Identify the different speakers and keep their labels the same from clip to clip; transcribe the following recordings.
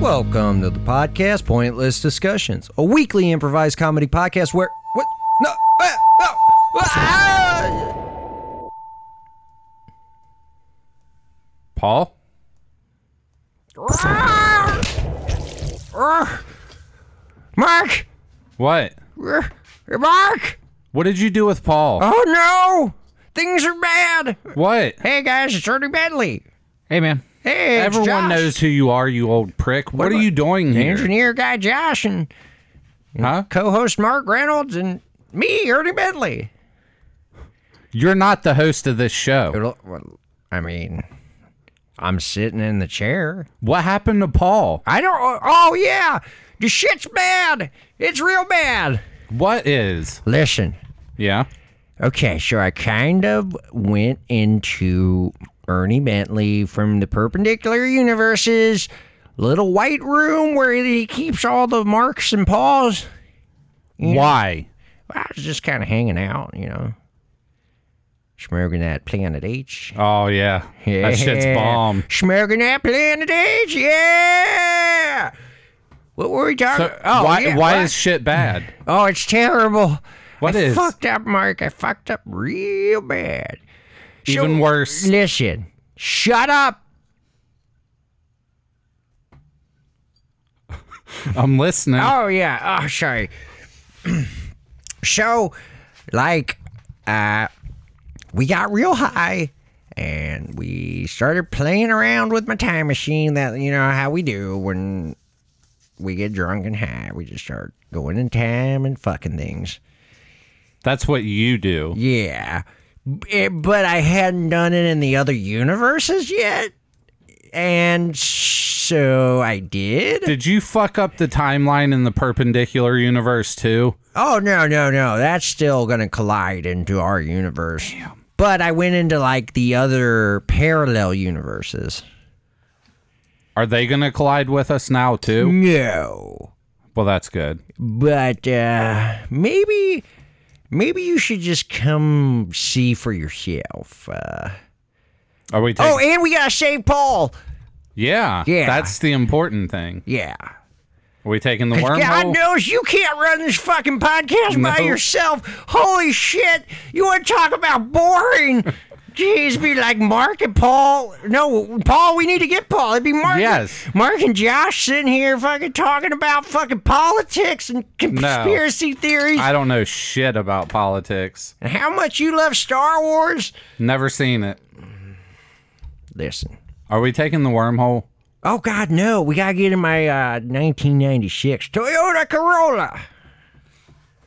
Speaker 1: Welcome to the podcast Pointless Discussions, a weekly improvised comedy podcast where what no ah, no ah!
Speaker 2: Paul?
Speaker 1: Mark
Speaker 2: What?
Speaker 1: Hey, Mark
Speaker 2: What did you do with Paul?
Speaker 1: Oh no things are bad
Speaker 2: What?
Speaker 1: Hey guys it's Ernie Bentley
Speaker 3: Hey, man.
Speaker 1: Hey it's
Speaker 2: Everyone
Speaker 1: Josh,
Speaker 2: knows who you are, you old prick. What, are you doing
Speaker 1: the
Speaker 2: here?
Speaker 1: engineer guy Josh and
Speaker 2: Huh?
Speaker 1: co-host Mark Reynolds and me Ernie Bentley
Speaker 2: You're not the host of this show.
Speaker 1: Well, I mean I'm sitting in the chair
Speaker 2: What happened to Paul?
Speaker 1: I don't. Oh yeah, the shit's bad. It's real bad.
Speaker 2: What is?
Speaker 1: Listen.
Speaker 2: Yeah.
Speaker 1: Okay, so I kind of went into Ernie Bentley from the Perpendicular Universes little white room where he keeps all the marks and paws.
Speaker 2: Why?
Speaker 1: I was just kind of hanging out, you know, smoking that Planet H.
Speaker 2: Oh, yeah.
Speaker 1: Yeah.
Speaker 2: That shit's bomb.
Speaker 1: Smoking that Planet H. Yeah. What were we talking?
Speaker 2: So, why
Speaker 1: Oh, yeah,
Speaker 2: why
Speaker 1: what?
Speaker 2: is shit bad?
Speaker 1: Oh, it's terrible.
Speaker 2: What
Speaker 1: I
Speaker 2: is?
Speaker 1: fucked up, Mark. I fucked up real bad.
Speaker 2: Even
Speaker 1: So,
Speaker 2: worse.
Speaker 1: Listen, shut up.
Speaker 2: I'm listening.
Speaker 1: Oh yeah. Oh sorry. so, like, uh, we got real high, and we started playing around with my time machine. That you know how we do when we get drunk and high. We just start going in time and fucking things.
Speaker 2: That's what you do.
Speaker 1: Yeah. B- Eh, but I hadn't done it in the other universes yet. And so I did.
Speaker 2: Did you fuck up the timeline in the perpendicular universe too?
Speaker 1: Oh, no, no, no. That's still going to collide into our universe. But I went into like the other parallel universes.
Speaker 2: Are they going to collide with us now
Speaker 1: Mm.
Speaker 2: too?
Speaker 1: No.
Speaker 2: Well, that's good.
Speaker 1: But uh, maybe. Maybe you should just come see for yourself. Uh,
Speaker 2: Are we taking
Speaker 1: oh, and we gotta save Paul.
Speaker 2: Yeah,
Speaker 1: Yeah.
Speaker 2: That's the important thing.
Speaker 1: Yeah.
Speaker 2: Are we taking the
Speaker 1: Because God
Speaker 2: wormhole?
Speaker 1: knows you can't run this fucking podcast by
Speaker 2: No.
Speaker 1: yourself. Holy shit. You want to talk about boring? Jeez, be like Mark and Paul. No, Paul, we need to get Paul. It'd be Mark.
Speaker 2: Yes.
Speaker 1: Mark and Josh sitting here fucking talking about fucking politics and conspiracy theories
Speaker 2: I don't know shit about politics.
Speaker 1: and how much you love Star Wars.
Speaker 2: Never seen it.
Speaker 1: Listen.
Speaker 2: Are we taking the wormhole?
Speaker 1: Oh, God, no. We got to get in my uh, 1996 Toyota Corolla.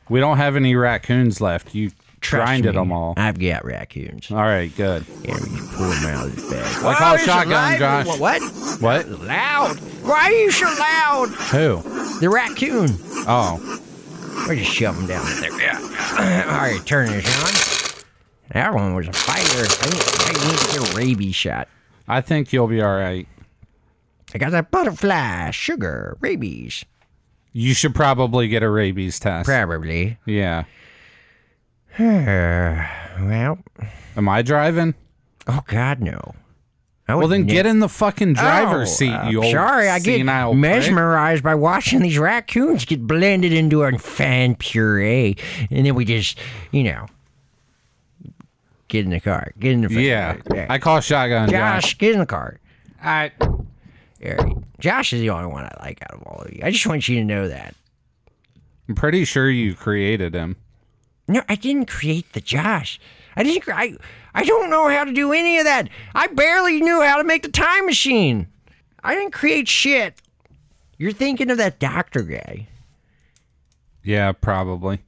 Speaker 2: We don't have any raccoons left. You
Speaker 1: Trust
Speaker 2: grinded
Speaker 1: me,
Speaker 2: them all.
Speaker 1: I've got raccoons.
Speaker 2: All right, good.
Speaker 1: Yeah, we can pull him out of his bag.
Speaker 2: Like all shotgun, Josh.
Speaker 1: What? what?
Speaker 2: What?
Speaker 1: Loud? Why are you so loud?
Speaker 2: Who?
Speaker 1: The raccoon.
Speaker 2: Oh,
Speaker 1: We're just shove him down there. Yeah. All right, turn this on. That one was a fire. I need, I need to get a rabies shot.
Speaker 2: I think you'll be all right.
Speaker 1: I got that butterfly, sugar, rabies.
Speaker 2: You should probably get a rabies test.
Speaker 1: Probably.
Speaker 2: Yeah.
Speaker 1: Uh, well,
Speaker 2: Am I driving?
Speaker 1: oh God, no. I
Speaker 2: Well,
Speaker 1: would
Speaker 2: then
Speaker 1: ne-
Speaker 2: get in the fucking driver's
Speaker 1: Oh,
Speaker 2: seat,
Speaker 1: uh,
Speaker 2: you old
Speaker 1: Sorry, I get
Speaker 2: senile prick.
Speaker 1: mesmerized by watching these raccoons get blended into a fine puree, and then we just, you know, get in the car, get in the fucking
Speaker 2: Yeah.
Speaker 1: car.
Speaker 2: I call shotgun, Josh.
Speaker 1: Josh, get in the car.
Speaker 3: I,
Speaker 1: All right. Josh is the only one I like out of all of you. I just want you to know that.
Speaker 2: I'm pretty sure you created him.
Speaker 1: No, I didn't create the Josh. I didn't. cre- I I don't know how to do any of that. I barely knew how to make the time machine. I didn't create shit. You're thinking of that doctor guy.
Speaker 2: Yeah, probably.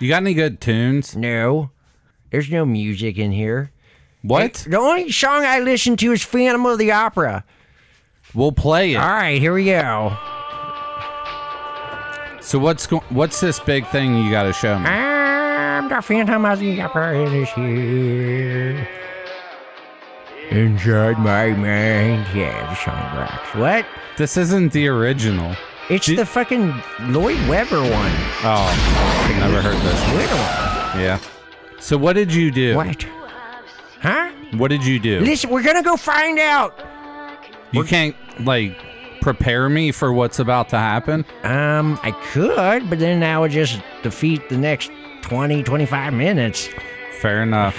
Speaker 2: You got any good tunes?
Speaker 1: No, there's no music in here.
Speaker 2: What?
Speaker 1: The only song I listen to is Phantom of the Opera.
Speaker 2: We'll play
Speaker 1: All
Speaker 2: it.
Speaker 1: right, here we go.
Speaker 2: So what's go- what's this big thing you got to show me?
Speaker 1: I'm the Phantom of the Opera is here. Inside my mind. Yeah, the song rocks. What?
Speaker 2: This isn't the original.
Speaker 1: It's the fucking Lloyd Webber one.
Speaker 2: Oh, never heard this.
Speaker 1: Little one.
Speaker 2: Yeah. So what did you do?
Speaker 1: What? Huh?
Speaker 2: What did you do?
Speaker 1: Listen, we're gonna go find out.
Speaker 2: You can't like prepare me for what's about to happen?
Speaker 1: Um, I could, but then I would just defeat the next 20, 25 minutes.
Speaker 2: Fair enough.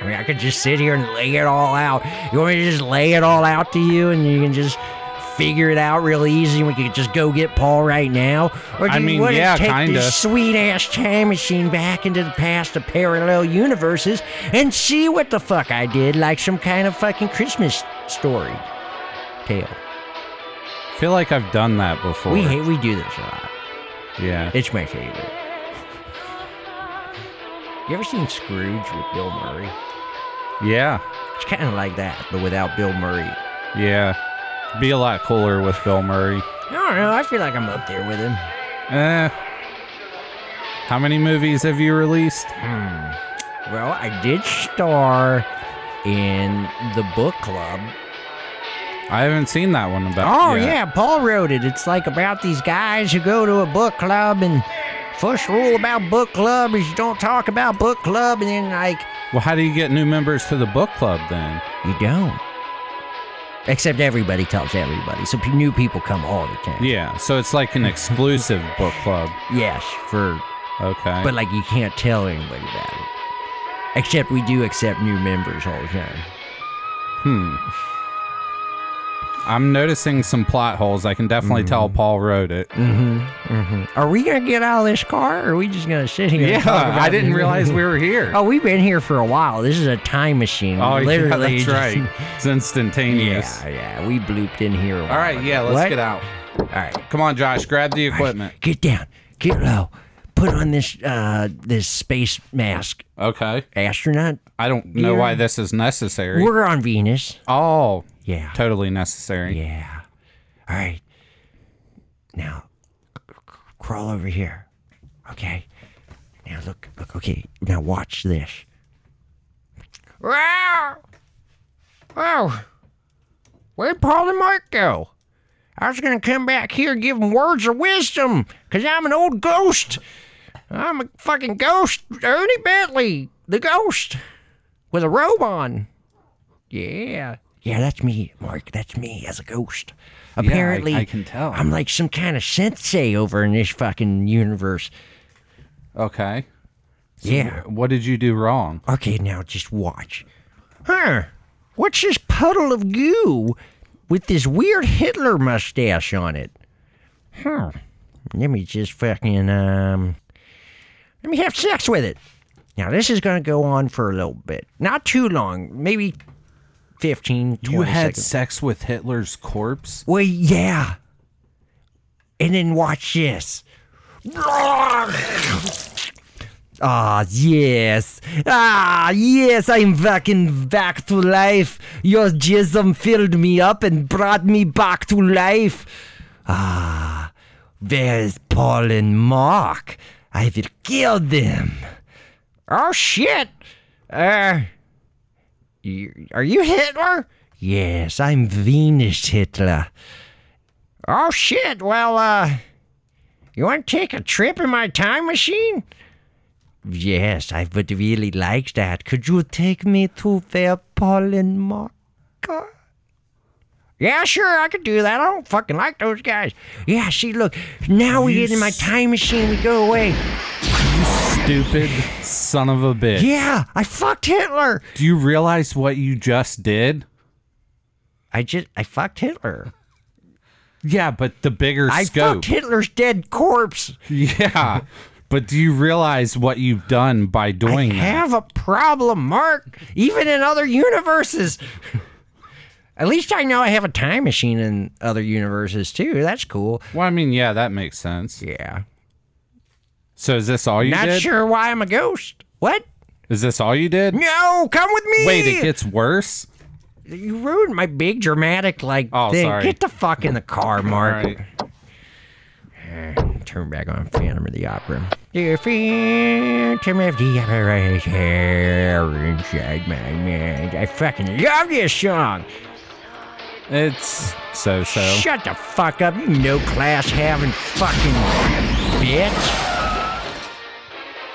Speaker 1: I mean, I could just sit here and lay it all out. You want me to just lay it all out to you and you can just figure it out real easy and we could just go get Paul right now? Or do
Speaker 2: I
Speaker 1: you
Speaker 2: mean,
Speaker 1: want
Speaker 2: yeah,
Speaker 1: to take
Speaker 2: kinda.
Speaker 1: this sweet ass time machine back into the past of parallel universes and see what the fuck I did like some kind of fucking Christmas story tale?
Speaker 2: feel like I've done that before.
Speaker 1: We hate, we do this a lot.
Speaker 2: yeah.
Speaker 1: It's my favorite. You ever seen Scrooge with Bill Murray?
Speaker 2: Yeah.
Speaker 1: It's kind of like that, but without Bill Murray.
Speaker 2: Yeah. Be a lot cooler with Bill Murray.
Speaker 1: I don't know. I feel like I'm up there with him.
Speaker 2: Eh. How many movies have you released?
Speaker 1: Hmm. Well, I did star in the book club.
Speaker 2: I haven't seen that one about.
Speaker 1: Oh yeah. Paul wrote it. It's like about these guys who go to a book club and first rule about book club is you don't talk about book club, and then like
Speaker 2: Well, how do you get new members to the book club then?
Speaker 1: you don't. Except everybody tells everybody, so p- new people come all the time.
Speaker 2: Yeah. So it's like an exclusive book club.
Speaker 1: Yes, for
Speaker 2: Okay.
Speaker 1: but like you can't tell anybody about it. Except we do accept new members all the time.
Speaker 2: hmm. I'm noticing some plot holes. I can definitely
Speaker 1: Mm.
Speaker 2: tell Paul wrote it.
Speaker 1: Mm-hmm. Mm-hmm. Are we gonna get out of this car, or are we just gonna sit here? and
Speaker 2: Yeah,
Speaker 1: talk about
Speaker 2: I didn't
Speaker 1: it?
Speaker 2: realize we were here.
Speaker 1: Oh, we've been here for a while. This is a time machine.
Speaker 2: Oh,
Speaker 1: We
Speaker 2: yeah,
Speaker 1: literally.
Speaker 2: that's
Speaker 1: just-
Speaker 2: right. It's instantaneous.
Speaker 1: Yeah, yeah. We blooped in here. A while
Speaker 2: All right, yeah, let's get out.
Speaker 1: All right,
Speaker 2: Come on, Josh, grab the equipment.
Speaker 1: get down, get low, put on this uh this space mask,
Speaker 2: Okay.
Speaker 1: astronaut.
Speaker 2: I don't know
Speaker 1: Yeah.
Speaker 2: why this is necessary.
Speaker 1: We're on Venus.
Speaker 2: oh,
Speaker 1: Yeah.
Speaker 2: totally necessary.
Speaker 1: Yeah. All right. Now, c- c- crawl over here. Okay. Now look, look. Okay. Now watch this. Wow. Wow. Oh, Where'd Paul and Mark go? I was gonna come back here and give them words of wisdom, cause I'm an old ghost. I'm a fucking ghost, Ernie Bentley, the ghost, with a robe on. Yeah. Yeah, that's me, Mark. That's me as a ghost.
Speaker 2: I-
Speaker 1: Apparently,
Speaker 2: I can tell.
Speaker 1: I'm like some kind of sensei over in this fucking universe.
Speaker 2: Okay.
Speaker 1: Yeah.
Speaker 2: What did you do wrong?
Speaker 1: Okay, now just watch. Huh? What's this puddle of goo with this weird Hitler mustache on it? Huh. Let me just fucking, um. Let me have sex with it. Now, this is going to go on for a little bit. Not too long. Maybe 15, 20
Speaker 2: You had
Speaker 1: seconds.
Speaker 2: sex with Hitler's corpse?
Speaker 1: Well, yeah. And then watch this. Ah, yes. Ah, yes, I'm fucking back to life. Your jism filled me up and brought me back to life. Ah, where's Paul and Mark? I will kill them. Oh, shit. Uh, you- Are you Hitler? Yes, I'm Venus Hitler. Oh shit, well, uh. You want to take a trip in my time machine? Yes, I would really like that. Could you take me to where Paul and Mark? are? Yeah, sure, I could do that. I don't fucking like those guys. Yeah, see, look, now we
Speaker 2: You
Speaker 1: get in my
Speaker 2: s-
Speaker 1: time machine, we go away.
Speaker 2: Stupid son of a bitch.
Speaker 1: Yeah, I fucked Hitler.
Speaker 2: Do you realize what you just did?
Speaker 1: I just, I fucked Hitler.
Speaker 2: Yeah, but the bigger
Speaker 1: I
Speaker 2: scope.
Speaker 1: fucked Hitler's dead corpse.
Speaker 2: yeah. But do you realize what you've done by doing that?
Speaker 1: have a problem, Mark, even in other universes. At least I know I have a time machine in other universes too. That's cool.
Speaker 2: Well, I mean, yeah, that makes sense.
Speaker 1: Yeah.
Speaker 2: So is this all you
Speaker 1: Not
Speaker 2: did?
Speaker 1: sure why I'm a ghost. What?
Speaker 2: Is this all you did?
Speaker 1: No, come with me.
Speaker 2: Wait, it gets worse?
Speaker 1: you ruined my big dramatic like
Speaker 2: Oh,
Speaker 1: thing.
Speaker 2: sorry.
Speaker 1: Get the fuck in the car, Mark.
Speaker 2: All right.
Speaker 1: Turn back on Phantom of the Opera. The Phantom of the Opera is here inside my mind. I fucking love this song.
Speaker 2: It's so so.
Speaker 1: Shut the fuck up, you no class having fucking bitch.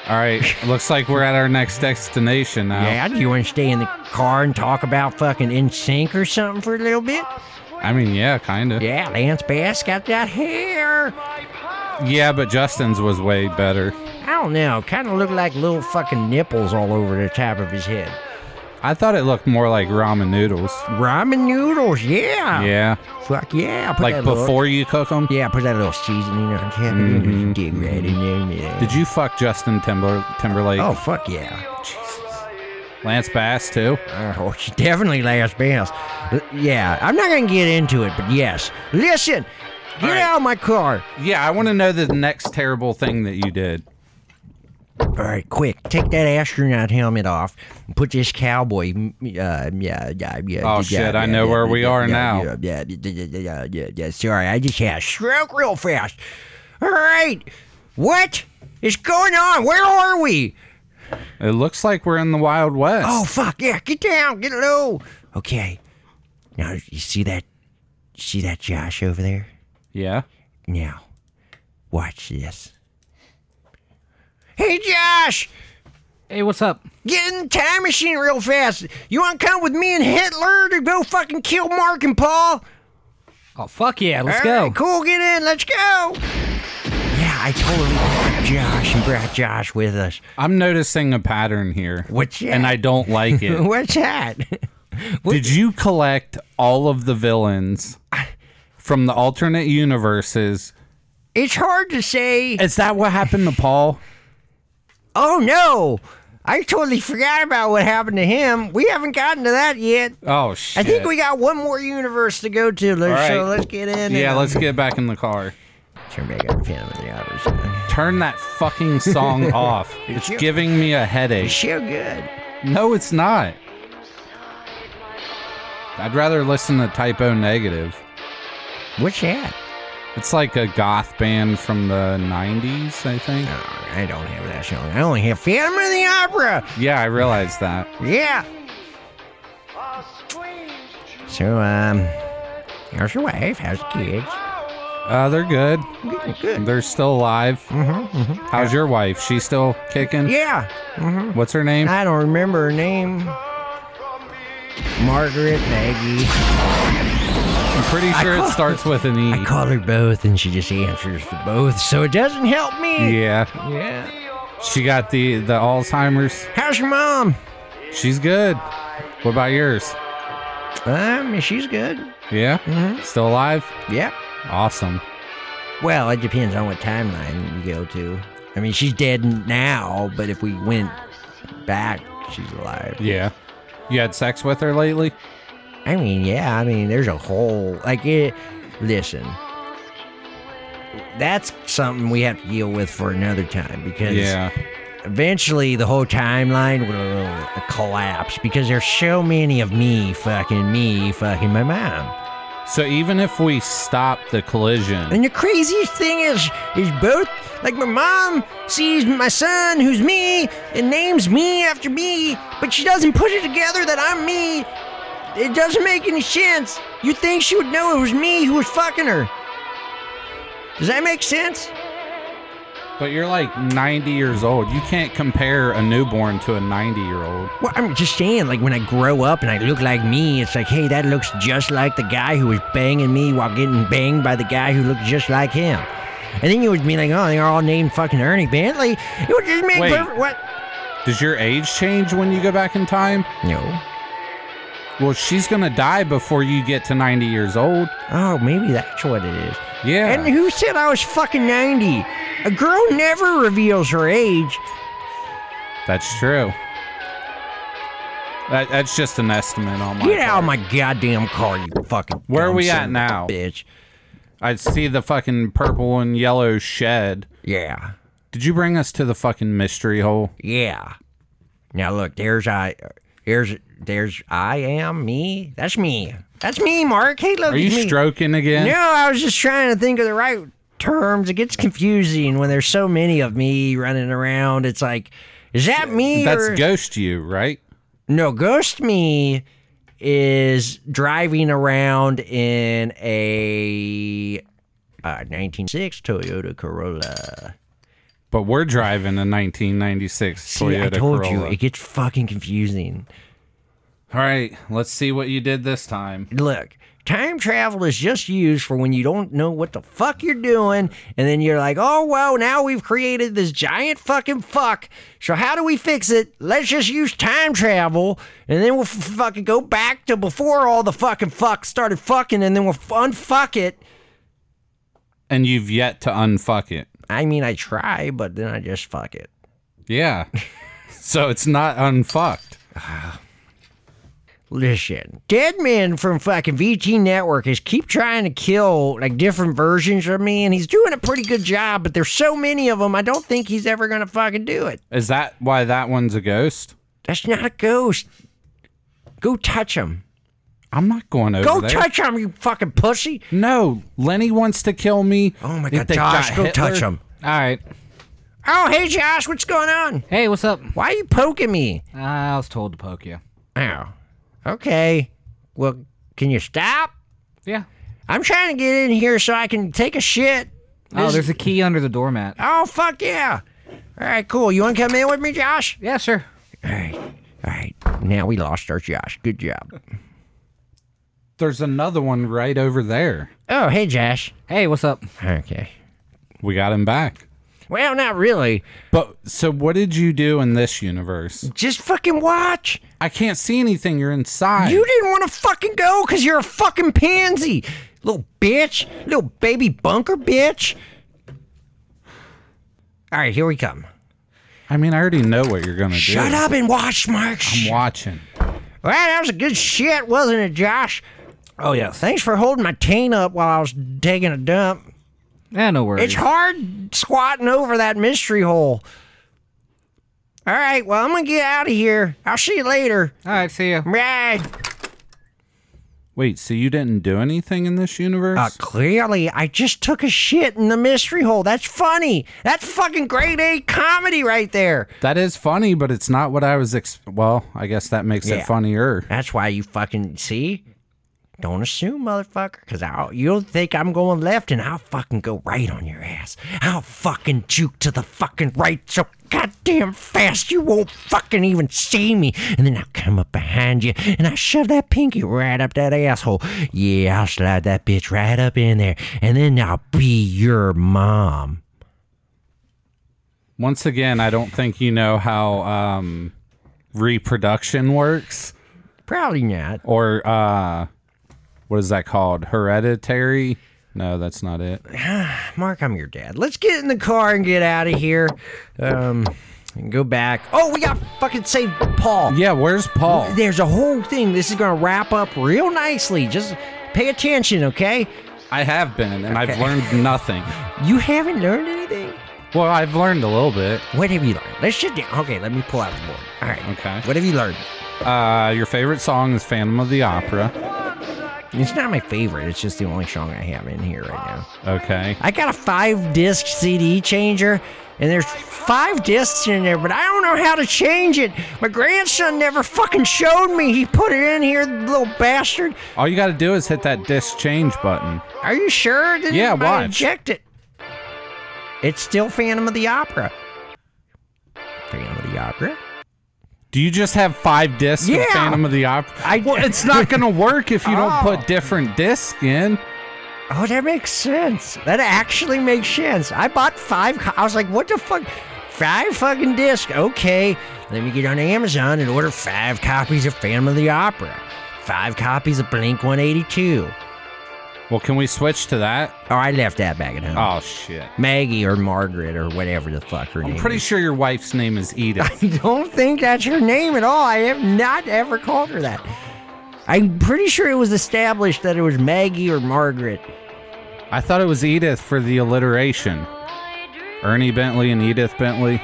Speaker 2: All right, looks like we're at our next destination now.
Speaker 1: Yeah, do you want to stay in the car and talk about fucking in sync or something for a little bit?
Speaker 2: I mean, yeah, kind of. Yeah.
Speaker 1: Yeah, Lance Bass got that hair.
Speaker 2: but Justin's was way better.
Speaker 1: I don't know. Kind of looked like little fucking nipples all over the top of his head.
Speaker 2: I thought it looked more like ramen noodles.
Speaker 1: Ramen noodles, yeah.
Speaker 2: Yeah,
Speaker 1: Fuck yeah. Put
Speaker 2: like
Speaker 1: that little-
Speaker 2: before you cook them.
Speaker 1: yeah, put that little seasoning on top of it and just dig right in there. Yeah.
Speaker 2: Did you fuck Justin Timber Timberlake?
Speaker 1: Oh, fuck yeah.
Speaker 2: Lance Bass too.
Speaker 1: Uh, Oh, she definitely last bass. L- Yeah, I'm not going to get into it, but yes. Listen, get
Speaker 2: right.
Speaker 1: out of my car.
Speaker 2: Yeah, I want to know the next terrible thing that you did.
Speaker 1: All right, quick, take that astronaut helmet off and put this cowboy. m- Uh, yeah, yeah, yeah. yeah,
Speaker 2: Oh, shit,
Speaker 1: yeah,
Speaker 2: I know
Speaker 1: yeah,
Speaker 2: where we
Speaker 1: yeah,
Speaker 2: are
Speaker 1: yeah,
Speaker 2: now.
Speaker 1: Yeah, yeah, yeah, yeah, yeah, yeah, yeah. Sorry, I just had a stroke real fast. All right, what is going on? Where are we?
Speaker 2: It looks like we're in the Wild West.
Speaker 1: Oh fuck! Yeah, get down, get low. Okay, now you see that? See that Josh over there?
Speaker 2: yeah.
Speaker 1: Now, watch this. Hey, Josh.
Speaker 3: Hey, what's up?
Speaker 1: Get in the time machine real fast. You want to come with me and Hitler to go fucking kill Mark and Paul?
Speaker 3: Oh, fuck yeah, let's
Speaker 1: All
Speaker 3: go.
Speaker 1: right, cool, get in. Let's go. Yeah, I totally brought Josh and brought Josh with us.
Speaker 2: I'm noticing a pattern here.
Speaker 1: What's that?
Speaker 2: And I don't like it.
Speaker 1: What's that?
Speaker 2: Did you collect all of the villains from the alternate universes?
Speaker 1: It's hard to say.
Speaker 2: Is that what happened to Paul?
Speaker 1: Oh no, I totally forgot about what happened to him. We haven't gotten to that yet.
Speaker 2: Oh shit.
Speaker 1: I think we got one more universe to go to, so
Speaker 2: right.
Speaker 1: let's get in.
Speaker 2: Yeah,
Speaker 1: and,
Speaker 2: let's get back in the car.
Speaker 1: turn back on Phantom of the Opera. song.
Speaker 2: Turn that fucking song off. It's
Speaker 1: Cute.
Speaker 2: giving me a headache.
Speaker 1: So good.
Speaker 2: No, it's not. I'd rather listen to Typo Negative.
Speaker 1: What's that?
Speaker 2: It's like a goth band from the 90s, I think.
Speaker 1: Oh, I don't have that song. I only have Phantom of the Opera.
Speaker 2: Yeah, I realized that.
Speaker 1: Yeah. So, um, how's your wife? How's the kids?
Speaker 2: Uh, they're good.
Speaker 1: Good, good. Mm-hmm,
Speaker 2: They're still alive. How's your wife? She still kicking?
Speaker 1: Yeah.
Speaker 2: What's her name?
Speaker 1: I don't remember her name. Margaret, Maggie.
Speaker 2: I'm pretty sure
Speaker 1: call-
Speaker 2: it starts with an
Speaker 1: I
Speaker 2: E.
Speaker 1: call her both, and she just answers for both, so it doesn't help me.
Speaker 2: Yeah.
Speaker 1: yeah.
Speaker 2: She got the the Alzheimer's.
Speaker 1: How's your mom?
Speaker 2: She's good. What about yours?
Speaker 1: Um, she's good.
Speaker 2: Yeah?
Speaker 1: Mm-hmm.
Speaker 2: Still alive?
Speaker 1: Yep.
Speaker 2: Awesome.
Speaker 1: Well, it depends on what timeline you go to. I mean, she's dead now, but if we went back, she's alive.
Speaker 2: Yeah. You had sex with her lately?
Speaker 1: I mean, yeah, I mean, there's a whole like it. Listen, that's something we have to deal with for another time because
Speaker 2: Yeah.
Speaker 1: eventually the whole timeline will collapse because there's so many of me fucking me fucking my mom.
Speaker 2: So even if we stop the collision,
Speaker 1: And the craziest thing is, is both like my mom sees my son who's me and names me after me, but she doesn't put it together that I'm me. It doesn't make any sense. You'd think she would know it was me who was fucking her. Does that make sense?
Speaker 2: but you're like 90 years old. You can't compare a newborn to a 90 year old.
Speaker 1: Well, I'm just saying, like, when I grow up and I look like me, it's like, hey, that looks just like the guy who was banging me while getting banged by the guy who looked just like him. And then you would be like, oh, they're all named fucking Ernie Bentley. It would just make
Speaker 2: Wait.
Speaker 1: perfect. What?
Speaker 2: Does your age change when you go back in time?
Speaker 1: No.
Speaker 2: Well, she's gonna die before you get to 90 years old.
Speaker 1: Oh, maybe that's what it is.
Speaker 2: Yeah.
Speaker 1: And who said I was fucking 90? A girl never reveals her age.
Speaker 2: That's true. That, that's just an estimate on my.
Speaker 1: Get out of
Speaker 2: part.
Speaker 1: my goddamn car, you fucking.
Speaker 2: Where are
Speaker 1: dumb
Speaker 2: we
Speaker 1: son
Speaker 2: at
Speaker 1: of a
Speaker 2: now?
Speaker 1: Bitch.
Speaker 2: I see the fucking purple and yellow shed.
Speaker 1: Yeah.
Speaker 2: Did you bring us to the fucking mystery hole?
Speaker 1: Yeah. Now look, there's I, there's there's I am me. That's me. That's me, Mark. Hey, look.
Speaker 2: Are you
Speaker 1: it's me.
Speaker 2: stroking again?
Speaker 1: No, I was just trying to think of the right terms. It gets confusing when there's so many of me running around. It's like, is that me?
Speaker 2: That's
Speaker 1: or-
Speaker 2: ghost you, right?
Speaker 1: No, ghost me is driving around in a uh, 1906 Toyota Corolla.
Speaker 2: But we're driving a 1996
Speaker 1: See,
Speaker 2: Toyota
Speaker 1: I told
Speaker 2: Corolla.
Speaker 1: you it gets fucking confusing.
Speaker 2: All right, let's see what you did this time.
Speaker 1: look, Time travel is just used for when you don't know what the fuck you're doing, and then you're like, oh, well, now we've created this giant fucking fuck. So, how do we fix it? Let's just use time travel, and then we'll f- fucking go back to before all the fucking fuck started fucking, and then we'll f- unfuck it.
Speaker 2: and you've yet to unfuck it.
Speaker 1: I mean, I try, but then I just fuck it.
Speaker 2: Yeah. so it's not unfucked.
Speaker 1: Listen, Dead Man from fucking VT Network is keep trying to kill like different versions of me, and he's doing a pretty good job. But there's so many of them, I don't think he's ever gonna fucking do it.
Speaker 2: Is that why that one's a ghost?
Speaker 1: That's not a ghost. Go touch him.
Speaker 2: I'm not going over
Speaker 1: Go
Speaker 2: there.
Speaker 1: touch him, you fucking pussy.
Speaker 2: no, Lenny wants to kill me.
Speaker 1: Oh my
Speaker 2: If
Speaker 1: God,
Speaker 2: they
Speaker 1: Josh,
Speaker 2: got
Speaker 1: go touch him.
Speaker 2: All right.
Speaker 1: Oh, hey Josh, what's going on?
Speaker 3: Hey, what's up?
Speaker 1: Why are you poking me?
Speaker 3: I was told to poke you.
Speaker 1: Oh, okay. Well, can you stop?
Speaker 3: Yeah.
Speaker 1: I'm trying to get in here so I can take a shit.
Speaker 3: Oh, there's a key under the doormat.
Speaker 1: Oh, fuck yeah. All right, cool. You want to come in with me, Josh?
Speaker 3: Yeah, sure.
Speaker 1: All right. All right. Now we lost our Josh. Good job.
Speaker 2: There's another one right over there.
Speaker 1: Oh, hey, Josh.
Speaker 3: Hey, what's up?
Speaker 1: Okay.
Speaker 2: We got him back.
Speaker 1: Well, not really.
Speaker 2: But so what did you do in this universe?
Speaker 1: Just fucking watch.
Speaker 2: I can't see anything. You're inside.
Speaker 1: You didn't want to fucking go because you're a fucking pansy. Little bitch. Little baby bunker bitch. All right, here we come.
Speaker 2: I mean, I already know what you're gonna do.
Speaker 1: Shut up and watch, Mark.
Speaker 2: I'm watching.
Speaker 1: All right, that was a good shit, wasn't it, Josh?
Speaker 3: Oh, yes.
Speaker 1: Thanks for holding my taint up while I was taking a dump.
Speaker 3: Yeah, no
Speaker 1: It's
Speaker 3: worries.
Speaker 1: hard squatting over that mystery hole. All right, well, I'm going to get out of here. I'll see you later.
Speaker 3: All right, see ya.
Speaker 1: Right.
Speaker 2: Wait, so you didn't do anything in this universe?
Speaker 1: Uh, clearly, I just took a shit in the mystery hole. That's funny. That's fucking grade A comedy right there.
Speaker 2: that is funny, but it's not what I was. Ex- well, I guess that makes
Speaker 1: Yeah.
Speaker 2: it funnier.
Speaker 1: That's why you fucking see? Don't assume, motherfucker, because you'll think I'm going left and I'll fucking go right on your ass. I'll fucking juke to the fucking right so goddamn fast you won't fucking even see me. And then I'll come up behind you and I'll shove that pinky right up that asshole. Yeah, I'll slide that bitch right up in there. And then I'll be your mom.
Speaker 2: Once again, I don't think you know how um, reproduction works,
Speaker 1: Probably not.
Speaker 2: or uh, what is that called? Hereditary? No, that's not it.
Speaker 1: Mark, I'm your dad. Let's get in the car and get out of here. Um, and go back. Oh, we got fucking saved Paul.
Speaker 2: Yeah, where's Paul?
Speaker 1: There's a whole thing. This is gonna wrap up real nicely. Just pay attention, okay?
Speaker 2: I have been, and I've learned nothing.
Speaker 1: You haven't learned anything.
Speaker 2: Well, I've learned a little bit.
Speaker 1: What have you learned? Let's sit down. Okay, let me pull out the board. All right.
Speaker 2: Okay.
Speaker 1: What have you learned?
Speaker 2: Uh, your favorite song is Phantom of the Opera.
Speaker 1: It's not my favorite. It's just the only song I have in here right now.
Speaker 2: Okay.
Speaker 1: I got a five disc CD changer, and there's five discs in there, but I don't know how to change it. My grandson never fucking showed me. He put it in here, the little bastard.
Speaker 2: All you got to do is hit that disc change button.
Speaker 1: Are you sure? Then
Speaker 2: Yeah,
Speaker 1: you might
Speaker 2: watch.
Speaker 1: Eject it. It's still Phantom of the Opera. Phantom of the Opera.
Speaker 2: Do you just have five discs
Speaker 1: Yeah.
Speaker 2: of Phantom of the Opera?
Speaker 1: I-
Speaker 2: well, it's not going to work if you don't
Speaker 1: Oh.
Speaker 2: put different discs in.
Speaker 1: Oh, that makes sense. That actually makes sense. I bought five. co- I was like, what the fuck? Five fucking discs. Okay. Let me get on Amazon and order five copies of Phantom of the Opera. Five copies of Blink 182.
Speaker 2: Well, can we switch to that?
Speaker 1: Oh, I left that back at home.
Speaker 2: Oh, shit.
Speaker 1: Maggie or Margaret or whatever the fuck her name
Speaker 2: I'm pretty
Speaker 1: is.
Speaker 2: sure your wife's name is Edith.
Speaker 1: I don't think that's her name at all. I have not ever called her that. I'm pretty sure it was established that it was Maggie or Margaret.
Speaker 2: I thought it was Edith for the alliteration. Ernie Bentley and Edith Bentley.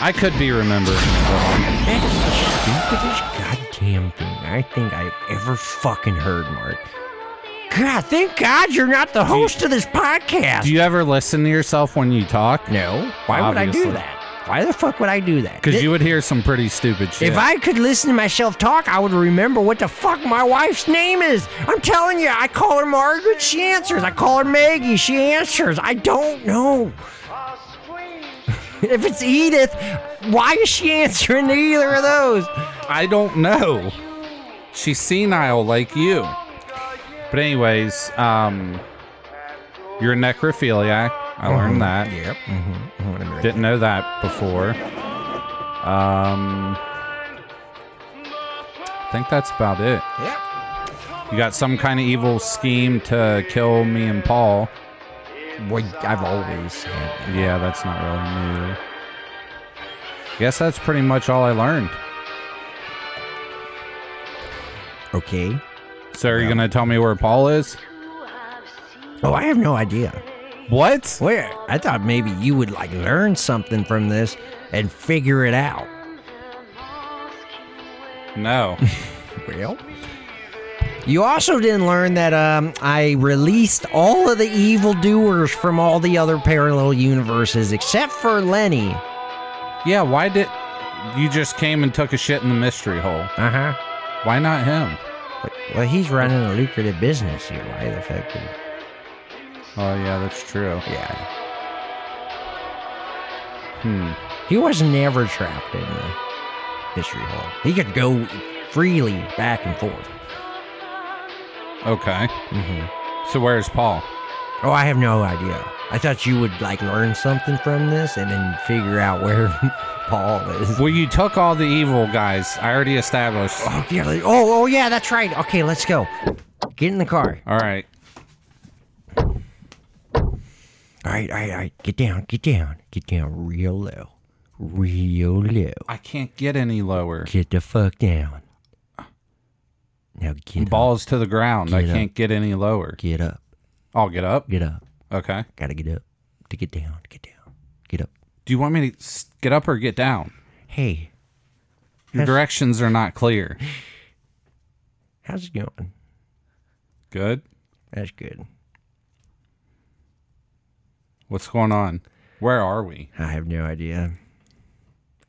Speaker 2: I could be remembering. it wrong.
Speaker 1: That's the stupidest goddamn thing I think I've ever fucking heard, Mark. God, thank God you're not the host of this podcast.
Speaker 2: Do you ever listen to yourself when you talk?
Speaker 1: no. Why would I
Speaker 2: Obviously.
Speaker 1: do that? Why the fuck would I do that?
Speaker 2: Because
Speaker 1: Th-
Speaker 2: you would hear some pretty stupid shit.
Speaker 1: If I could listen to myself talk, I would remember what the fuck my wife's name is. I'm telling you, I call her Margaret, she answers. I call her Maggie, she answers. I don't know. if it's Edith, why is she answering either of those?
Speaker 2: I don't know. She's senile like you. But anyways, um, you're a necrophiliac. I learned that.
Speaker 1: Yep. Mm-hmm.
Speaker 2: Didn't know that before. Um, I think that's about it.
Speaker 1: Yep.
Speaker 2: You got some kind of evil scheme to kill me and Paul.
Speaker 1: Well, I've always had.
Speaker 2: Yeah, that's not really new. Guess that's pretty much all I learned.
Speaker 1: Okay.
Speaker 2: So are you gonna tell me where Paul is?
Speaker 1: Oh, I have no idea.
Speaker 2: What?
Speaker 1: Where? I thought maybe you would like learn something from this and figure it out.
Speaker 2: No.
Speaker 1: Well, you also didn't learn that um, I released all of the evildoers from all the other parallel universes except for Lenny.
Speaker 2: yeah, why did you just came and took a shit in the mystery hole?
Speaker 1: Uh huh.
Speaker 2: Why not him?
Speaker 1: Well, he's running a lucrative business. You why the fuck? would-
Speaker 2: Oh yeah, that's true.
Speaker 1: Yeah.
Speaker 2: Hmm.
Speaker 1: He was never trapped in the mystery hole. He could go freely back and forth.
Speaker 2: Okay. Mm-hmm.
Speaker 1: hmm
Speaker 2: So where's Paul?
Speaker 1: Oh, I have no idea. I thought you would like learn something from this and then figure out where Paul is.
Speaker 2: Well, you took all the evil guys. I already established.
Speaker 1: Oh, yeah, like- oh, oh, yeah, that's right. Okay, let's go. Get in the car.
Speaker 2: All right.
Speaker 1: All right, all right, all right. Get down, get down, get down real low. Real low.
Speaker 2: I can't get any lower.
Speaker 1: Get the fuck down. Now get up.
Speaker 2: Balls to the ground. I
Speaker 1: Get up.
Speaker 2: can't get any lower.
Speaker 1: Get up.
Speaker 2: I'll get up.
Speaker 1: Get up.
Speaker 2: Okay.
Speaker 1: Gotta get up to get down, get down, get up.
Speaker 2: Do you want me to s- get up or get down?
Speaker 1: Hey,
Speaker 2: Your directions are not clear.
Speaker 1: how's it going?
Speaker 2: Good.
Speaker 1: That's good.
Speaker 2: What's going on? Where are we?
Speaker 1: I have no idea.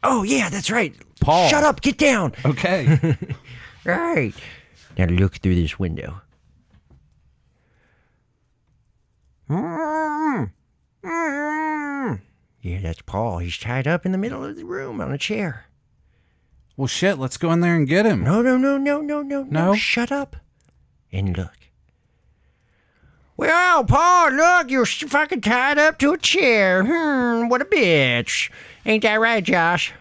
Speaker 1: Oh, yeah, that's right.
Speaker 2: Paul.
Speaker 1: Shut up, get down.
Speaker 2: Okay.
Speaker 1: All right. Now look through this window. Mm-hmm. Yeah, that's Paul. He's tied up in the middle of the room on a chair.
Speaker 2: well, shit. Let's go in there and get him.
Speaker 1: No, no, no, no, no, no,
Speaker 2: No?
Speaker 1: Shut up and look. Well, Paul, look, you're s- fucking tied up to a chair. Hmm, what a bitch. Ain't that right, Josh?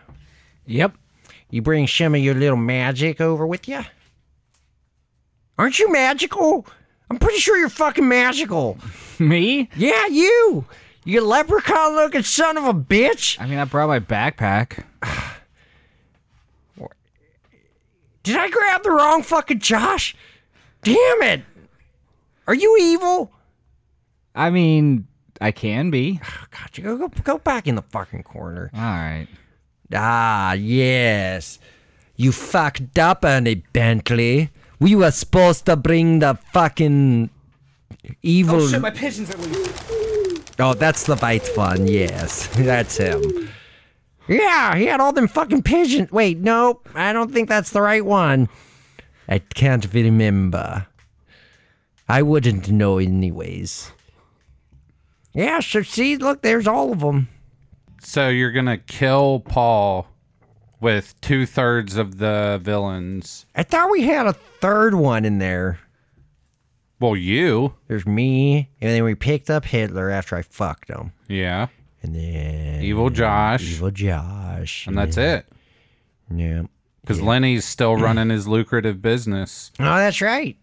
Speaker 3: Yep.
Speaker 1: You bring some of your little magic over with you? Aren't you magical? I'm pretty sure you're fucking magical.
Speaker 3: Me?
Speaker 1: Yeah, you! You leprechaun looking son of a bitch!
Speaker 3: I mean, I brought my backpack.
Speaker 1: Did I grab the wrong fucking Josh? Damn it! Are you evil?
Speaker 3: I mean, I can be.
Speaker 1: Oh, God, you go, go, go back in the fucking corner.
Speaker 3: All right.
Speaker 1: Ah, yes. You fucked up on it, Bentley. We were supposed to bring the fucking evil. Oh,
Speaker 3: pigeons are loose.
Speaker 1: that's the white one. Yes, that's him. Yeah, he had all them fucking pigeons. Wait, no, I don't think that's the right one. I can't remember. I wouldn't know, anyways. Yeah, so see, look, there's all of them.
Speaker 2: So you're gonna kill Paul with two thirds of the villains.
Speaker 1: I thought we had a third one in there.
Speaker 2: Well, you.
Speaker 1: There's me, and then we picked up Hitler after I fucked him,
Speaker 2: Yeah.
Speaker 1: and then
Speaker 2: Evil Josh.
Speaker 1: evil Josh,
Speaker 2: And that's it.
Speaker 1: yeah.
Speaker 2: Because Lenny's still running his lucrative business.
Speaker 1: Oh, that's right.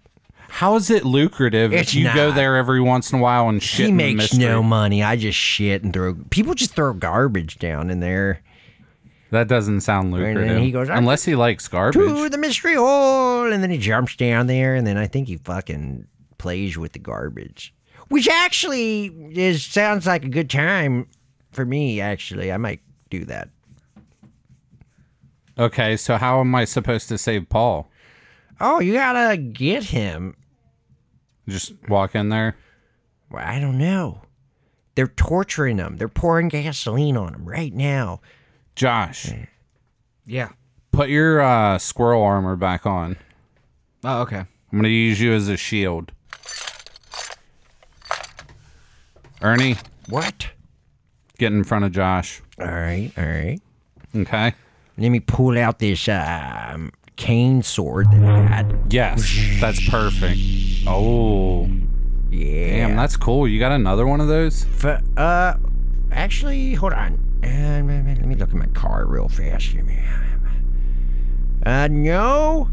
Speaker 2: How is it lucrative
Speaker 1: It's
Speaker 2: if you go
Speaker 1: not.
Speaker 2: there every once in a while and shit
Speaker 1: he
Speaker 2: in the
Speaker 1: makes
Speaker 2: mystery?
Speaker 1: no money. I just shit and throw. People just throw garbage down in there.
Speaker 2: That doesn't sound
Speaker 1: then
Speaker 2: lucrative.
Speaker 1: he goes, "I'm
Speaker 2: Unless he likes
Speaker 1: To
Speaker 2: garbage.
Speaker 1: the mystery hole, and then he jumps down there, and then I think he fucking plays with the garbage, which actually is sounds like a good time for me. Actually, I might do that.
Speaker 2: Okay, so how am I supposed to save Paul?
Speaker 1: Oh, you gotta get him
Speaker 2: Just walk in there.
Speaker 1: Well, I don't know. They're torturing them. They're pouring gasoline on them right now.
Speaker 2: Josh,
Speaker 3: Yeah.
Speaker 2: put your uh, squirrel armor back on.
Speaker 3: Oh, okay.
Speaker 2: I'm gonna use you as a shield. Ernie,
Speaker 1: What?
Speaker 2: get in front of Josh.
Speaker 1: All right, all right.
Speaker 2: Okay.
Speaker 1: Let me pull out this um, cane sword that I got.
Speaker 2: Yes, that's perfect. Oh,
Speaker 1: Yeah.
Speaker 2: damn, that's cool. You got another one of those?
Speaker 1: F- uh, actually, hold on. Uh, let me- let me look at my car real fast. Give me- Uh, no.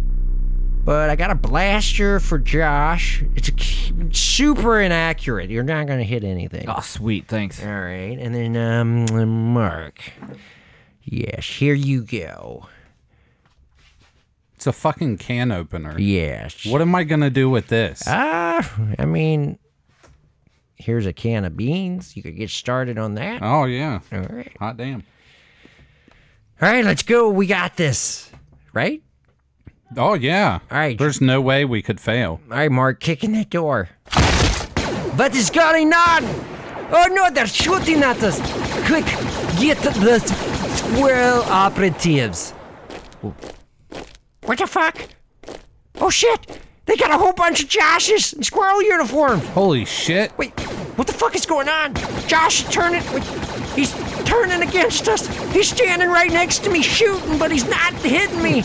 Speaker 1: But I got a blaster for Josh. It's a k- super inaccurate. You're not gonna hit anything.
Speaker 3: Oh, sweet. Thanks.
Speaker 1: All right, and then um, Mark. Yes, here you go.
Speaker 2: It's a fucking can opener.
Speaker 1: Yes.
Speaker 2: What am I gonna do with this?
Speaker 1: Ah, I mean, here's a can of beans. You could get started on that.
Speaker 2: Oh yeah,
Speaker 1: All right.
Speaker 2: hot damn.
Speaker 1: All right, let's go. We got this. Right?
Speaker 2: Oh yeah.
Speaker 1: All right.
Speaker 2: There's no way we could fail.
Speaker 1: All right, Mark, kick in that door. What is going on? Oh no, they're shooting at us. Quick, get the squirrel operatives. What the fuck? Oh shit, they got a whole bunch of Joshes in squirrel uniform.
Speaker 2: Holy shit.
Speaker 1: Wait, what the fuck is going on? Josh is turning. Wait, he's turning against us. He's standing right next to me, shooting, but he's not hitting me.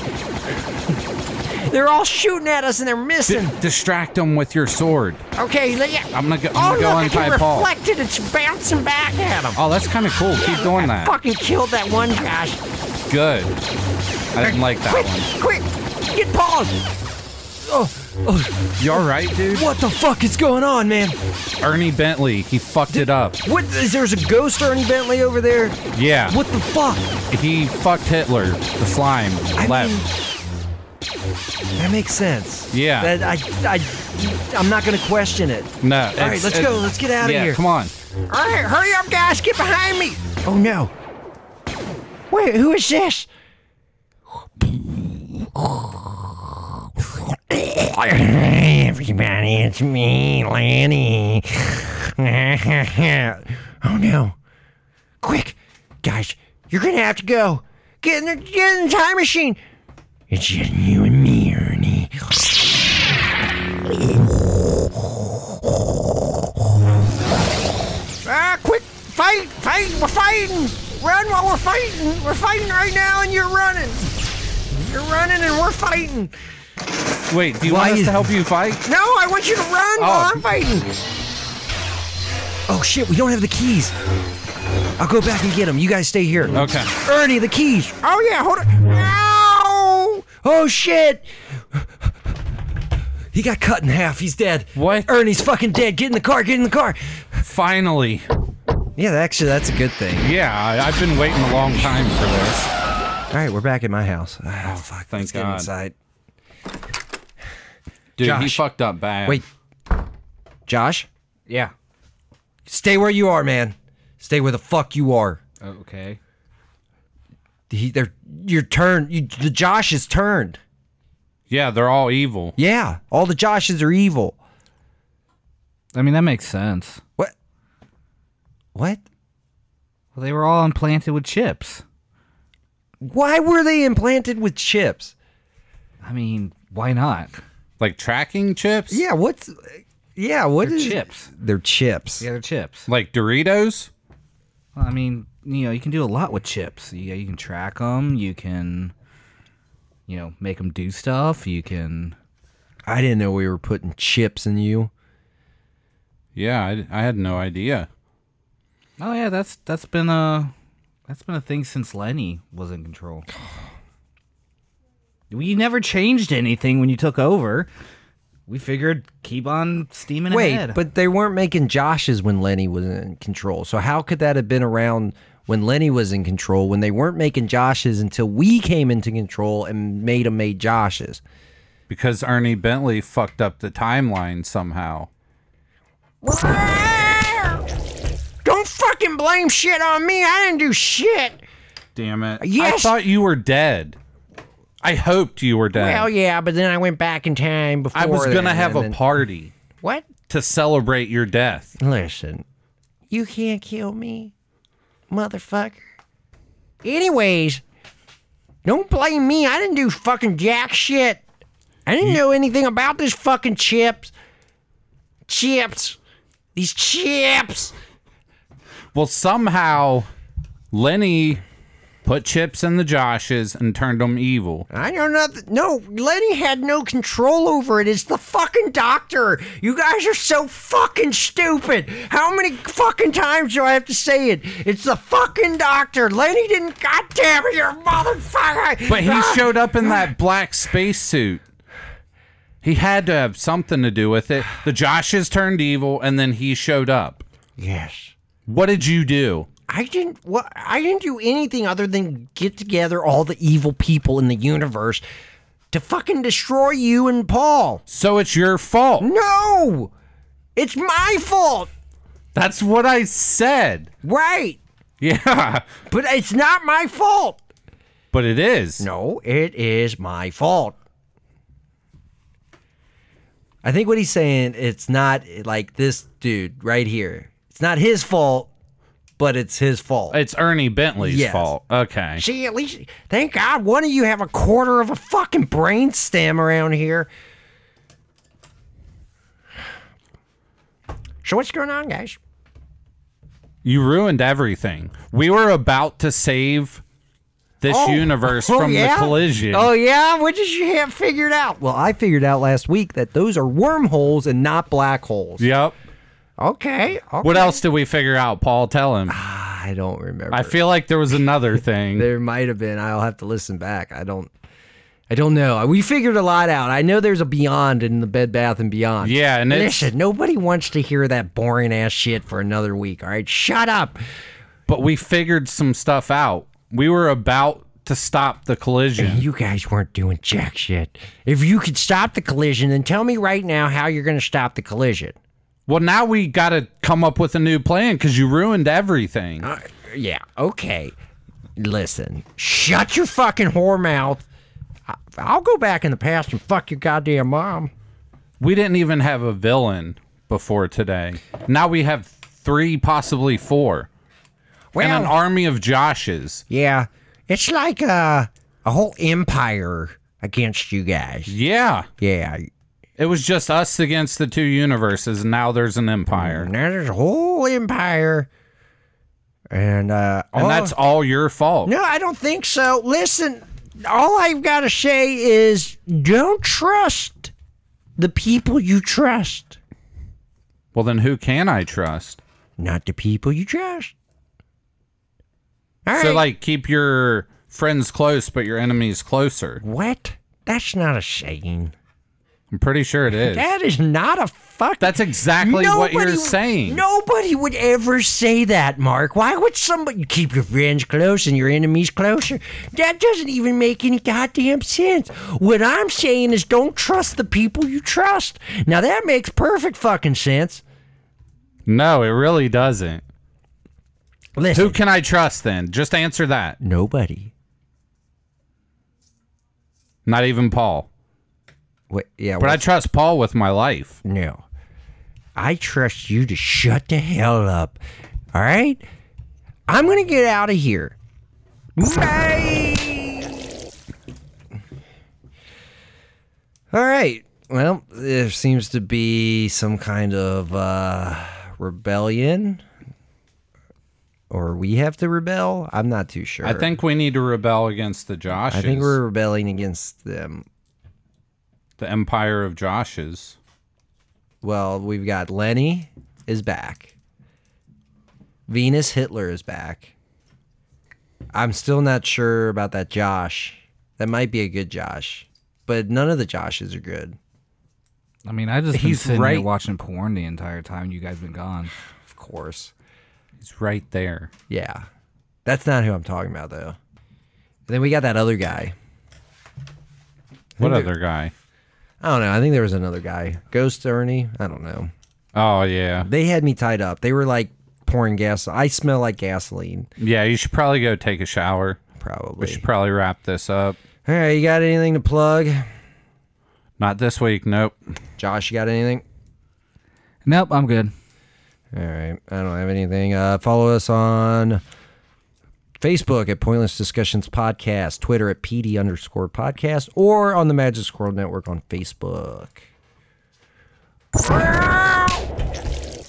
Speaker 1: they're all shooting at us and they're missing.
Speaker 2: D- distract them with your sword.
Speaker 1: Okay, let yeah.
Speaker 2: I'm gonna go- I'm
Speaker 1: oh,
Speaker 2: gonna go
Speaker 1: look,
Speaker 2: untie
Speaker 1: he
Speaker 2: Paul.
Speaker 1: reflected. It's bouncing back at him.
Speaker 2: Oh, that's kind of cool. Keep doing that.
Speaker 1: Fucking killed that one, Josh.
Speaker 2: Good. I didn't like that
Speaker 1: Quick,
Speaker 2: one.
Speaker 1: quick, get Paul. Oh, oh,
Speaker 2: You all right, dude?
Speaker 1: what the fuck is going on, man?
Speaker 2: Ernie Bentley, he fucked it up.
Speaker 1: What? Is there's a ghost Ernie Bentley over there?
Speaker 2: Yeah.
Speaker 1: What the fuck?
Speaker 2: He fucked Hitler, the slime,
Speaker 1: I
Speaker 2: left.
Speaker 1: mean, that makes sense.
Speaker 2: Yeah.
Speaker 1: That I, I, I'm not gonna question it.
Speaker 2: no.
Speaker 1: All right,
Speaker 2: it's-
Speaker 1: let's
Speaker 2: it-
Speaker 1: go. Let's get out of
Speaker 2: yeah,
Speaker 1: here.
Speaker 2: come on.
Speaker 1: All right, hurry up, guys. Get behind me. Oh, no. Wait, who is this? Everybody, it's me, Lanny. oh, no. Quick, guys, you're going to have to go. Get in, the, get in the time machine. It's just you and me, Ernie. Ah, quick, fight, fight, we're fighting. Run while we're fighting. We're fighting right now and you're running. You're running and we're fighting.
Speaker 2: Wait, do you
Speaker 1: Why
Speaker 2: want us
Speaker 1: is-
Speaker 2: to help you fight?
Speaker 1: No, I want you to run
Speaker 2: Oh.
Speaker 1: while I'm fighting. Oh shit, we don't have the keys. I'll go back and get them. You guys stay here.
Speaker 2: Okay.
Speaker 1: Ernie, the keys. Oh yeah, hold on. Ow! Oh shit. He got cut in half. He's dead.
Speaker 2: What?
Speaker 1: Ernie's fucking dead. Get in the car. Get in the car.
Speaker 2: Finally.
Speaker 1: Yeah, actually, that's a good thing.
Speaker 2: Yeah, I, I've been waiting a long time for this.
Speaker 1: All right, we're back at my house.
Speaker 3: Oh,
Speaker 1: Ah, fuck.
Speaker 2: thank
Speaker 1: let's get
Speaker 2: God.
Speaker 1: inside.
Speaker 2: Dude, he
Speaker 1: Josh.
Speaker 2: fucked up bad.
Speaker 1: Wait, Josh,
Speaker 3: Yeah.
Speaker 1: stay where you are, man. Stay where the fuck you are.
Speaker 3: Oh, Okay.
Speaker 1: He, they're, your turn. You, the Josh is turned.
Speaker 2: Yeah, they're all evil.
Speaker 1: Yeah, all the Joshes are evil.
Speaker 3: I mean, that makes sense.
Speaker 1: What? What?
Speaker 3: Well, they were all implanted with chips.
Speaker 1: Why were they implanted with chips?
Speaker 3: I mean, why not?
Speaker 2: Like tracking chips?
Speaker 1: Yeah, what's? Yeah, what
Speaker 3: They're
Speaker 1: is-
Speaker 3: chips.
Speaker 1: They're chips.
Speaker 3: Yeah, they're chips.
Speaker 2: Like Doritos?
Speaker 3: Well, I mean, you know, you can do a lot with chips. You, you can track them. You can, you know, make them do stuff. You can.
Speaker 1: I didn't know we were putting chips in you.
Speaker 2: Yeah, I, I had no idea.
Speaker 3: Oh yeah, that's that's been a that's been a thing since Lenny was in control. We never changed anything when you took over. We figured keep on steaming
Speaker 1: Wait,
Speaker 3: ahead.
Speaker 1: but they weren't making Josh's when Lenny was in control. So how could that have been around when Lenny was in control when they weren't making Josh's until we came into control and made them made Josh's?
Speaker 2: Because Ernie Bentley fucked up the timeline somehow.
Speaker 1: Don't fucking blame shit on me. I didn't do shit.
Speaker 2: Damn it. I
Speaker 1: Yes!
Speaker 2: thought you were dead. I hoped you were dead.
Speaker 1: Well, yeah, but then I went back in time before.
Speaker 2: I was
Speaker 1: then,
Speaker 2: going to have
Speaker 1: and
Speaker 2: a
Speaker 1: then-
Speaker 2: party
Speaker 1: What?
Speaker 2: to celebrate your death.
Speaker 1: Listen, you can't kill me, motherfucker. Anyways, don't blame me. I didn't do fucking jack shit. I didn't know anything about this fucking chips. Chips. These chips.
Speaker 2: Well, somehow Lenny put chips in the Joshes and turned them evil.
Speaker 1: I know nothing. No, Lenny had no control over it. It's the fucking doctor. You guys are so fucking stupid. How many fucking times do I have to say it? It's the fucking doctor. Lenny didn't. God damn it, you motherfucker.
Speaker 2: But he
Speaker 1: Ah!
Speaker 2: showed up in that black spacesuit. He had to have something to do with it. The Joshes turned evil, and then he showed up.
Speaker 1: Yes.
Speaker 2: What did you do?
Speaker 1: I didn't. What? I didn't do anything other than get together all the evil people in the universe to fucking destroy you and Paul.
Speaker 2: So it's your fault.
Speaker 1: No, it's my fault.
Speaker 2: That's what I said.
Speaker 1: Right.
Speaker 2: Yeah,
Speaker 1: But it's not my fault.
Speaker 2: but it is.
Speaker 1: No, it is my fault.
Speaker 4: I think what he's saying, it's not like this dude right here. It's not his fault, but it's his fault.
Speaker 2: It's Ernie Bentley's
Speaker 4: Yes.
Speaker 2: fault. Okay.
Speaker 1: See, at least thank God one of you have a quarter of a fucking brain stem around here. So what's going on, guys?
Speaker 2: You ruined everything. We were about to save this
Speaker 1: Oh.
Speaker 2: universe
Speaker 1: Oh,
Speaker 2: from
Speaker 1: yeah?
Speaker 2: the collision.
Speaker 1: Oh yeah, what did you have figured out?
Speaker 4: well, I figured out last week that those are wormholes and not black holes.
Speaker 2: Yep.
Speaker 1: Okay. okay.
Speaker 2: What else did we figure out, Paul? Tell him.
Speaker 4: I don't remember.
Speaker 2: I feel like there was another thing.
Speaker 4: there might have been. I'll have to listen back. I don't. I don't know. We figured a lot out. I know there's a beyond in the Bed Bath and Beyond.
Speaker 2: Yeah, and it's
Speaker 1: Listen, nobody wants to hear that boring ass shit for another week. All right, shut up.
Speaker 2: but we figured some stuff out. We were about to stop the collision.
Speaker 1: You guys weren't doing jack shit. If you could stop the collision, then tell me right now how you're going to stop the collision.
Speaker 2: Well, now we got to come up with a new plan because you ruined everything.
Speaker 1: Uh, yeah, okay. Listen, shut your fucking whore mouth. I- I'll go back in the past and fuck your goddamn mom.
Speaker 2: We didn't even have a villain before today. Now we have three, possibly four,
Speaker 1: Well,
Speaker 2: and an army of Joshes.
Speaker 1: yeah, it's like a, a whole empire against you guys.
Speaker 2: Yeah.
Speaker 1: Yeah,
Speaker 2: It was just us against the two universes, and now there's an empire.
Speaker 1: now there's a whole empire. And, uh,
Speaker 2: And
Speaker 4: Oh.
Speaker 1: all-
Speaker 2: that's all your fault.
Speaker 1: No, I don't think so. Listen, all I've got to say is don't trust the people you trust,
Speaker 2: Well, then who can I trust?
Speaker 1: not the people you trust. All right.
Speaker 2: So, like, keep your friends close, but your enemies closer.
Speaker 1: what? That's not a saying.
Speaker 2: I'm pretty sure it is.
Speaker 1: That is not a fuck.
Speaker 2: That's exactly what you're
Speaker 1: Nobody-
Speaker 2: saying.
Speaker 1: Nobody would ever say that, Mark. Why would somebody keep your friends close and your enemies closer? That doesn't even make any goddamn sense. What I'm saying is don't trust the people you trust. Now that makes perfect fucking sense.
Speaker 2: No, it really doesn't.
Speaker 1: Listen,
Speaker 2: Who can I trust then? Just answer that.
Speaker 1: nobody.
Speaker 2: Not even Paul.
Speaker 1: Wait, yeah,
Speaker 2: But I trust Paul with my life.
Speaker 1: No. I trust you to shut the hell up. All right? I'm going to get out of here. Bye.
Speaker 4: All right. Well, there seems to be some kind of uh, rebellion, or we have to rebel. I'm not too sure.
Speaker 2: I think we need to rebel against the Joshes.
Speaker 4: I think we're rebelling against them.
Speaker 2: the empire of Joshes.
Speaker 4: Well, we've got Lenny is back. Venus Hitler is back. I'm still not sure about that Josh. That might be a good Josh, but none of the Joshes are good.
Speaker 3: I mean, I just been
Speaker 2: He's
Speaker 3: sitting
Speaker 2: right.
Speaker 3: here watching porn the entire time you guys been gone.
Speaker 4: Of course.
Speaker 2: He's right there.
Speaker 4: Yeah. That's not who I'm talking about though. Then we got that other guy.
Speaker 2: What other guy?
Speaker 4: I don't know. I think there was another guy. Ghost Ernie. I don't know.
Speaker 2: Oh yeah,
Speaker 4: They had me tied up. They were like pouring gas. I smell like gasoline,
Speaker 2: yeah. You should probably go take a shower. We
Speaker 4: probably.
Speaker 2: should probably wrap this up.
Speaker 4: All right, you got anything to plug?
Speaker 2: Not this week. Nope.
Speaker 4: Josh, you got anything?
Speaker 3: Nope, I'm good.
Speaker 4: All right. I don't have anything. Uh, follow us on Facebook at Pointless Discussions Podcast, Twitter at PD underscore podcast, or on the Magic Squirrel Network on Facebook.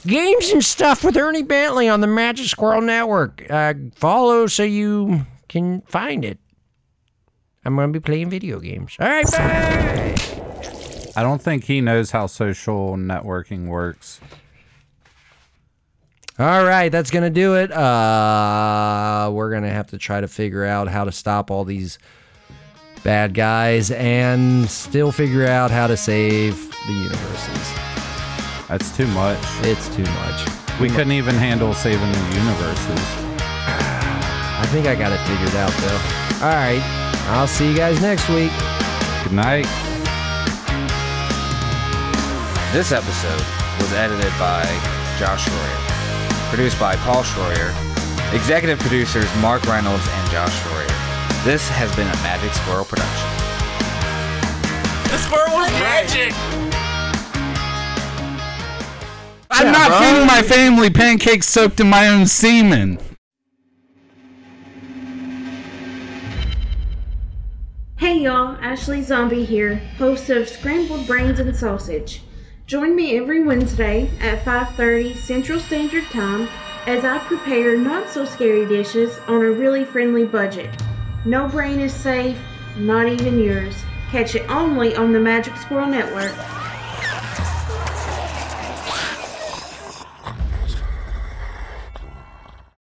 Speaker 1: Games and stuff with Ernie Bentley on the Magic Squirrel Network. Uh, follow so you
Speaker 5: can find it. I'm gonna be playing video games. All right, bye.
Speaker 2: I don't think he knows how social networking works.
Speaker 1: All right, that's gonna do it. Uh, we're gonna have to try to figure out how to stop all these bad guys and still figure out how to save the universes.
Speaker 2: That's too much.
Speaker 1: It's too much.
Speaker 2: We couldn't even handle saving the universes.
Speaker 1: I think I got it figured out though. All right, I'll see you guys next week.
Speaker 2: Good night.
Speaker 3: This episode was edited by Josh Schroyer, produced by Paul Schroyer, executive producers Mark Reynolds and Josh Schroyer. This has been a Magic Squirrel production.
Speaker 2: I'm not feeding my family pancakes soaked in my own semen.
Speaker 6: Hey y'all, Ashley Zombie here, host of Scrambled Brains and Sausage. Join me every Wednesday at 5:30 Central Standard Time as I prepare not so scary dishes on a really friendly budget. No brain is safe, not even yours. Catch it only on the Magic Squirrel Network.